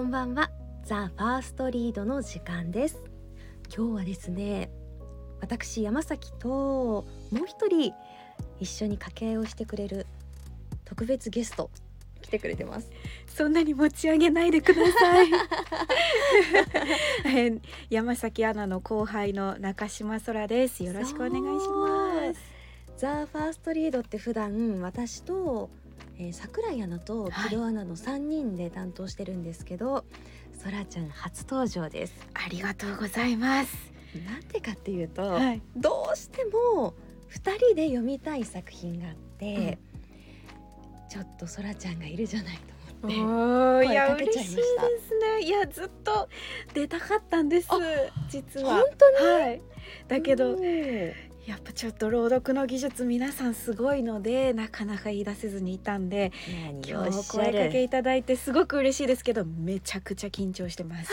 んばんはザ・ファーストリードの時間です今日はですね私山崎ともう一人一緒に掛け合いをしてくれる特別ゲスト来てくれてますそんなに持ち上げないでください。 えー山崎アナの後輩の中島そらです。よろしくお願いします。ザ・ファーストリードって普段私と、えー、桜井アナとはい木戸アナの3人で担当してるんですけど、そらちゃん初登場ですありがとうございます。なんでかっていうと、はい。どうしても2人で読みたい作品があって、ちょっとそらちゃんがいるじゃないとお思ってーいや声かけ嬉ちゃいましいしでたすね。いやずっと出たかったんですあ。実本は。当にはい。だけど、うんやっぱちょっと朗読の技術皆さんすごいのでなかなか言い出せずにいたんで何を今お日っおしゃ声かけるいただいてすごく嬉しいですけどめちゃくちゃ緊張してます。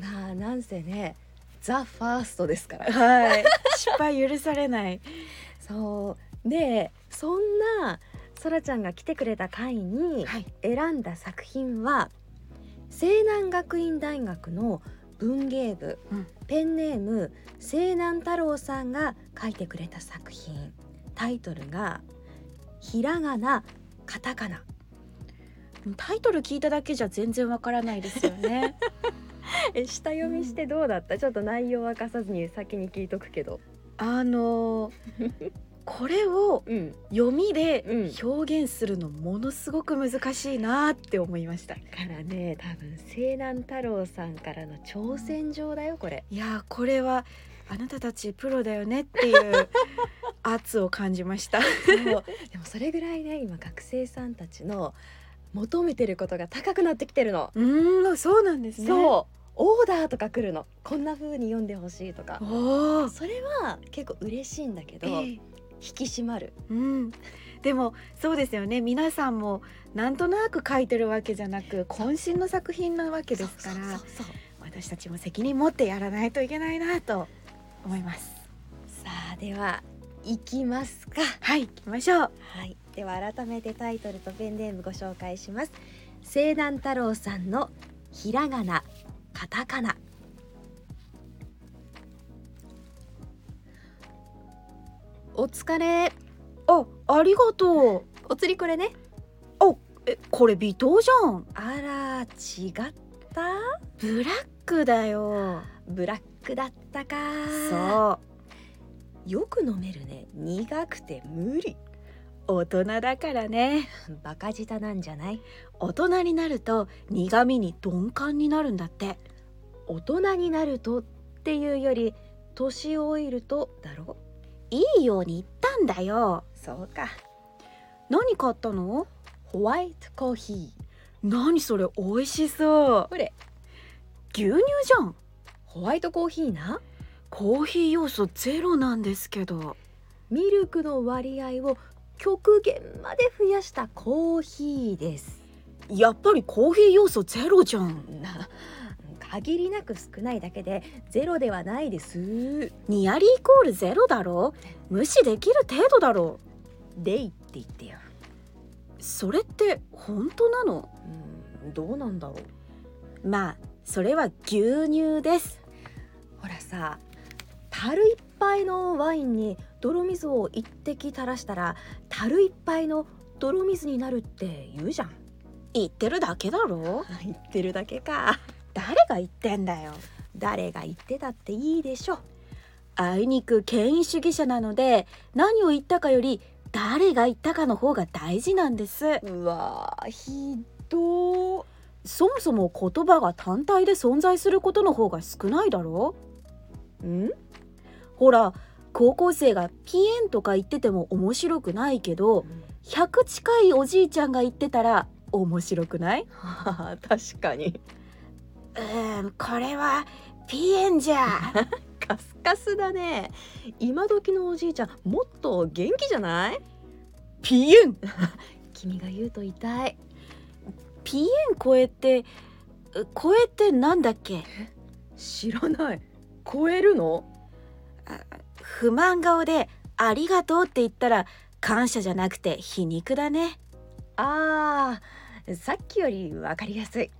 まあなんせねザ・ファーストですから はい。失敗許されない。そうでそんなそらちゃんが来てくれた回にはい。選んだ作品は西南学院大学の文芸部、うんペンネーム西南太郎さんが書いてくれた作品タイトルが「ひらがなカタカナタイトル聞いただけじゃ全然わからないですよ ね。」 え下読みしてどうだった、ちょっと内容は明かさずに先に聞いとくけどあのーこれをうん読みうでん表現するのものすごく難しいなって思いました。だからね多分西南太郎さんからの挑戦状だよこれいやーこれはあなたたちプロだよねっていう 圧を感じまし た。そうでもそれぐらいね今学生さんたちの求めてることが高くなってきてるの、うーんそうなんですね。う。そうオーダーとか来るのこんな風に読んでほしいとかおーそれは結構嬉しいんだけど、ええ引き締まるうん、でもそうですよね皆さんもなんとなく書いてるわけじゃなく渾身の作品なわけですかそらうそうそう私たちも責任持ってやらないといけないなと思いますさあでは行きますかはい行きましょうはい、では改めてタイトルとペンネームご紹介します西南太郎さんのひらがなカタカナお疲れあありがとうお釣りこれねえこれ微糖じゃんあら違ったブラックだよブラックだったかそうよく飲めるね苦くて無理大人だからねバカ舌なんじゃない大人になると苦味に鈍感になるんだって大人になるとっていうより年老いるとだろいいように言ったんだよそうか何買ったのホワイトコーヒー何それ美味しそうほれ牛乳じゃんホワイトコーヒーなコーヒー要素ゼロなんですけどミルクの割合を極限まで増やしたコーヒーですやっぱりコーヒー要素ゼロじゃんな限りなく少ないだけでゼロではないですニアリーイコールゼロだろ無視できる程度だろデイって言ってよそれって本当なのうんどうなんだろうまあそれは牛乳ですほらさ樽いっぱいのワインに泥水を一滴垂らしたら樽いっぱいの泥水になるって言うじゃん言ってるだけだろ言ってるだけか誰が言ってんだよ誰が言ってたっていいでしょあいにく権威主義者なので何を言ったかより誰が言ったかの方が大事なんですうわーひどーそもそも言葉が単体で存在することの方が少ないだろんほら高校生がピエンとか言ってても面白くないけど100近いおじいちゃんが言ってたら面白くないはあ 確かにうんこれはピエンじゃカスカスだね今時のおじいちゃんもっと元気じゃない ピエン君が言うと痛いピエン超えてう超えてなんだっけ知らない超えるのあ不満顔で「ありがとう」って言ったら感謝じゃなくて皮肉だねあーさっきよりわかりやすい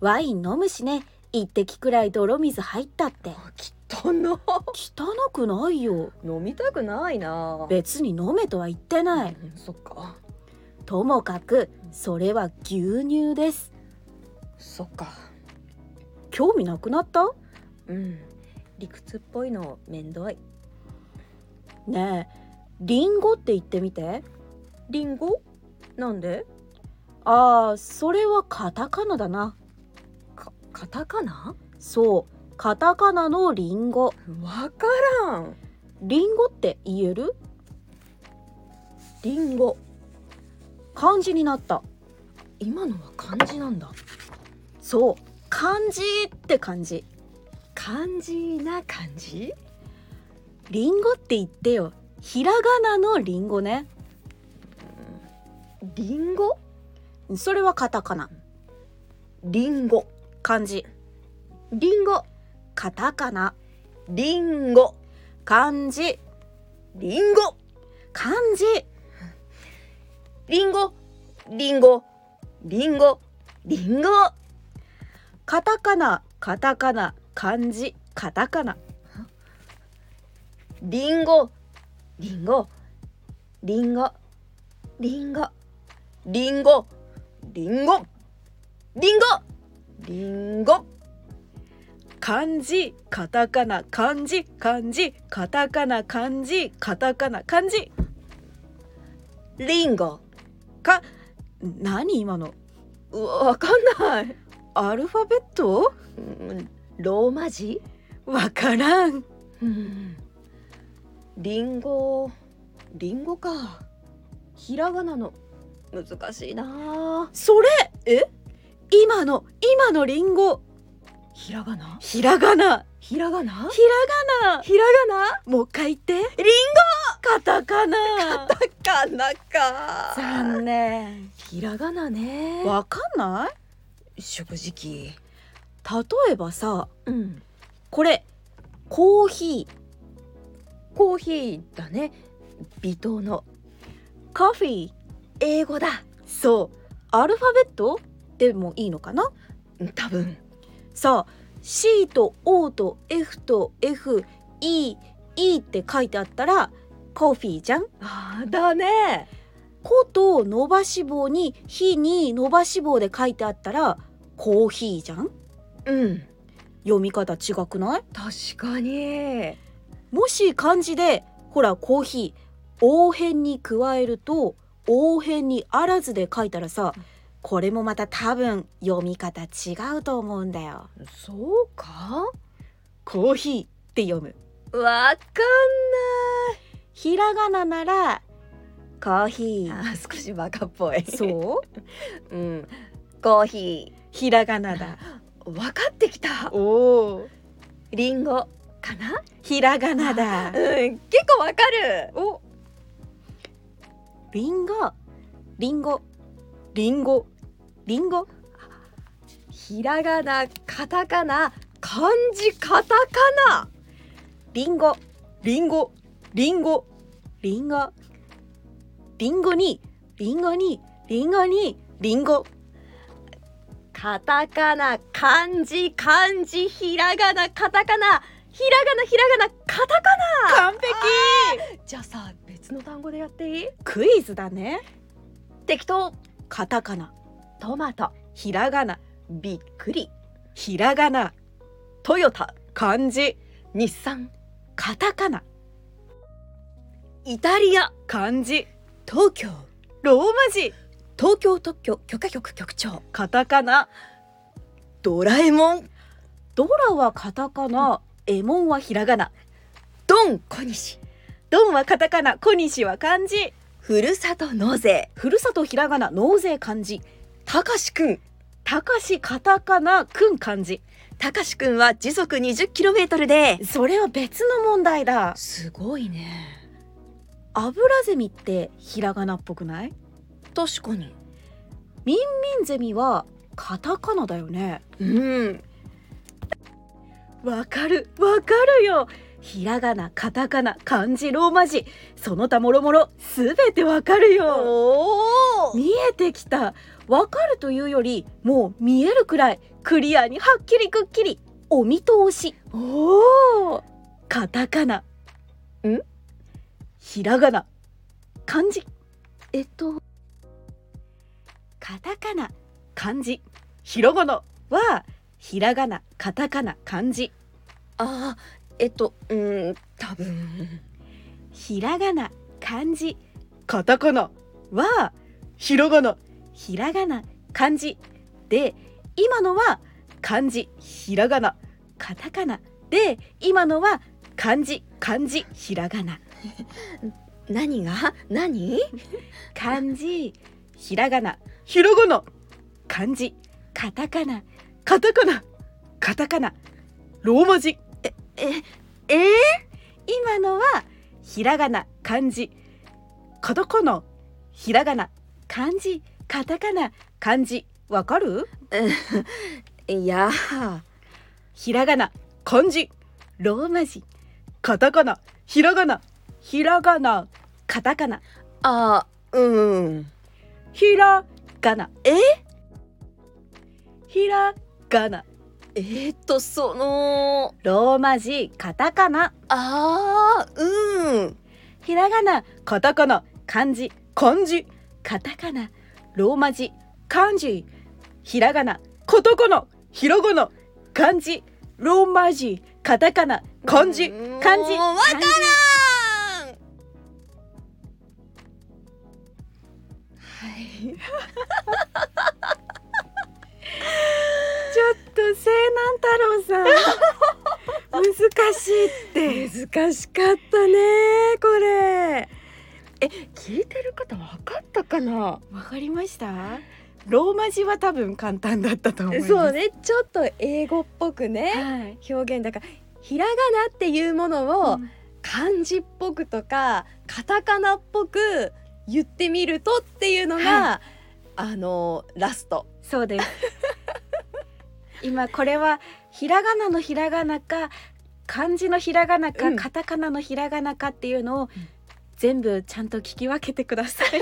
ワイン飲むしね一滴くらい泥水入ったって汚な汚くないよ飲みたくないな別に飲めとは言ってないうんそっかともかくそれは牛乳ですそっか興味なくなったうん理屈っぽいのめんどいねえリンゴって言ってみてリンゴなんでああそれはカタカナだなかカタカナそうカタカナのリンゴわからんリンゴって言えるリンゴ漢字になった今のは漢字なんだそう漢字って感じ漢字な漢字リンゴって言ってよひらがなのリンゴねリンゴそれはカタカナリンゴ漢字リンゴカタカナリンゴ漢字リンゴ漢字リンゴリンゴリンゴリンゴカタカナカタカナ漢字カタカナリンゴリンゴリンゴリンゴリンゴリンゴリンゴリンゴ漢字カタカナ漢字漢字カタカナ漢字カタカナ漢字リンゴか何今のうわわかんないアルファベットうんローマ字わからんリンゴリンゴかひらがなの難しいなそれえ今の今のリンゴひらがなひらがなひらがなひらがなひらがなもう一回言ってリンカタカナゴかなか残念ひらがなねわかんない正直例えばさうんこれコーヒーコーヒーだね微糖のカフィー英語だそうアルファベットでもいいのかな多分さあ C と O と F と FEE って書いてあったらコーヒーじゃんあーだねコと伸ばし棒に「ひ」に伸ばし棒で書いてあったらコーヒーじゃんうん読み方違くない確かにもし漢字でほらコーヒー応変に加えると応変にあらずで書いたらさこれもまた多分読み方違うと思うんだよそうかコーヒーって読むわかひらがなならコーヒんーないあー少しバカっぽいそ ううん、コーヒひらがな だー分かってきたおおリンゴかなひらが なだうん結構わかるおリンゴリンゴリンゴリンゴひらがなカタカナ漢字カタカナリンゴリンゴリンゴリンゴリンゴにリンゴにリンゴにリンゴカタカナ漢字漢字ひらがなカタカナひらがなひらがなカタカ完璧ナじゃあさ別の単語でやっていいクイズだね適当カタカナトマトひらがなびっくりひらがなトヨタ漢字日産カタカナイタリア漢字東京ローマ字東京特許許可局局長カタカナドラえもんドラはカタカナエモンはひらがなドン小西ドンはカタカナ小西は漢字ふるさと納税ふるさとひらがな納税漢字たかしくんたかしカタカナくん漢字たかしくんは時速 20km でそれは別の問題だすごいね油ゼミってひらがなっぽくない確かにミンゼミはカタカナだよねうんわかるわかるよひらがなカタカナ漢字ローマ字その他もろもろすべてわかるよお見えてきたわかるというよりもう見えるくらいクリアにはっきりくっきりお見通しおおカタカナんひらがな漢字えっとカタカナ漢字ひろがなはひらがなカタカナ漢字あーえっとうん多分ひらがな漢字カタカナはひらがなひらがな漢字で今のは漢字ひらがなカタカナで今のは漢字漢字ひらがな何が何漢字ひらがなひらがな漢字カタカナカタカナカタカナローマ字えええー今のはひらがな漢字カタカナひらがな漢字カタカナ漢字わかるいやーひらがな漢字ローマ字カタカナひらがなひらがなカタカナあーうんひらがなえひらがなえーっとそのローマ字カタカナあーうんひらがなカタカナ漢字漢字カタカナローマ字漢字ひらがなカタカナひらがな漢字ローマ字カタカナ漢字うん漢も字うわからん漢字はいちょっと西南太郎さん難しいって難しかったねこれえ聞いてる方わかったかなわかりましたローマ字は多分簡単だったと思いますそうねちょっと英語っぽくねはい、表現だからひらがなっていうものを漢字っぽくとかカタカナっぽく言ってみるとっていうのが、はあのラストそうです 今これはひらがなのひらがなか漢字のひらがなか、うんカタカナのひらがなかっていうのをん全部ちゃんと聞き分けてくださ い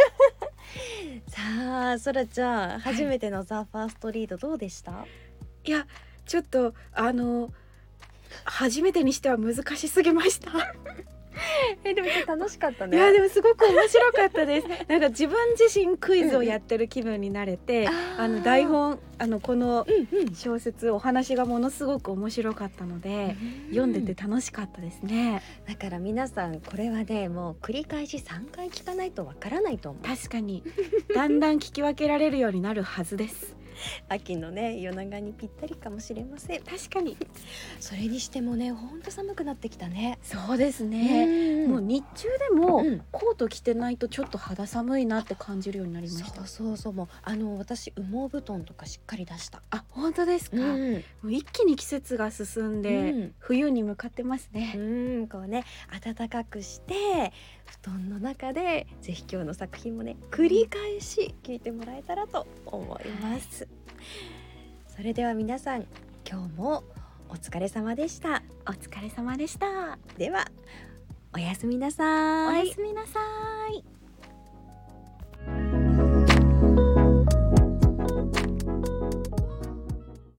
さあそらちゃんはい初めてのザ・ファーストリードどうでした、いやちょっとあの初めてにしては難しすぎましたえでも楽しかったいやでもすごく面白かったです なんか自分自身クイズをやってる気分になれてあーあの台本あのこのうんうん小説お話がものすごく面白かったので、読んでて楽しかったですねだから皆さんこれはねもう繰り返し3回聞かないとわからないと思う確かにだんだん聞き分けられるようになるはずです秋のね夜長にぴったりかもしれません確かにそれにしてもねほんと寒くなってきたねそうですね、ねもう日中でも、うんコート着てないとちょっと肌寒いなって感じるようになりましそたうそうそうもうあの私羽毛布団とかしっかり出したあ本当ですか、もんう一気に季節が進んで、うん冬に向かってますうね、んこうね暖かくして布団の中でぜひ今日の作品もね繰り返し聞いてもらえたらと思います、それでは皆さん今日もお疲れ様でしたお疲れ様でしたではおやすみなさーいおやすみなさい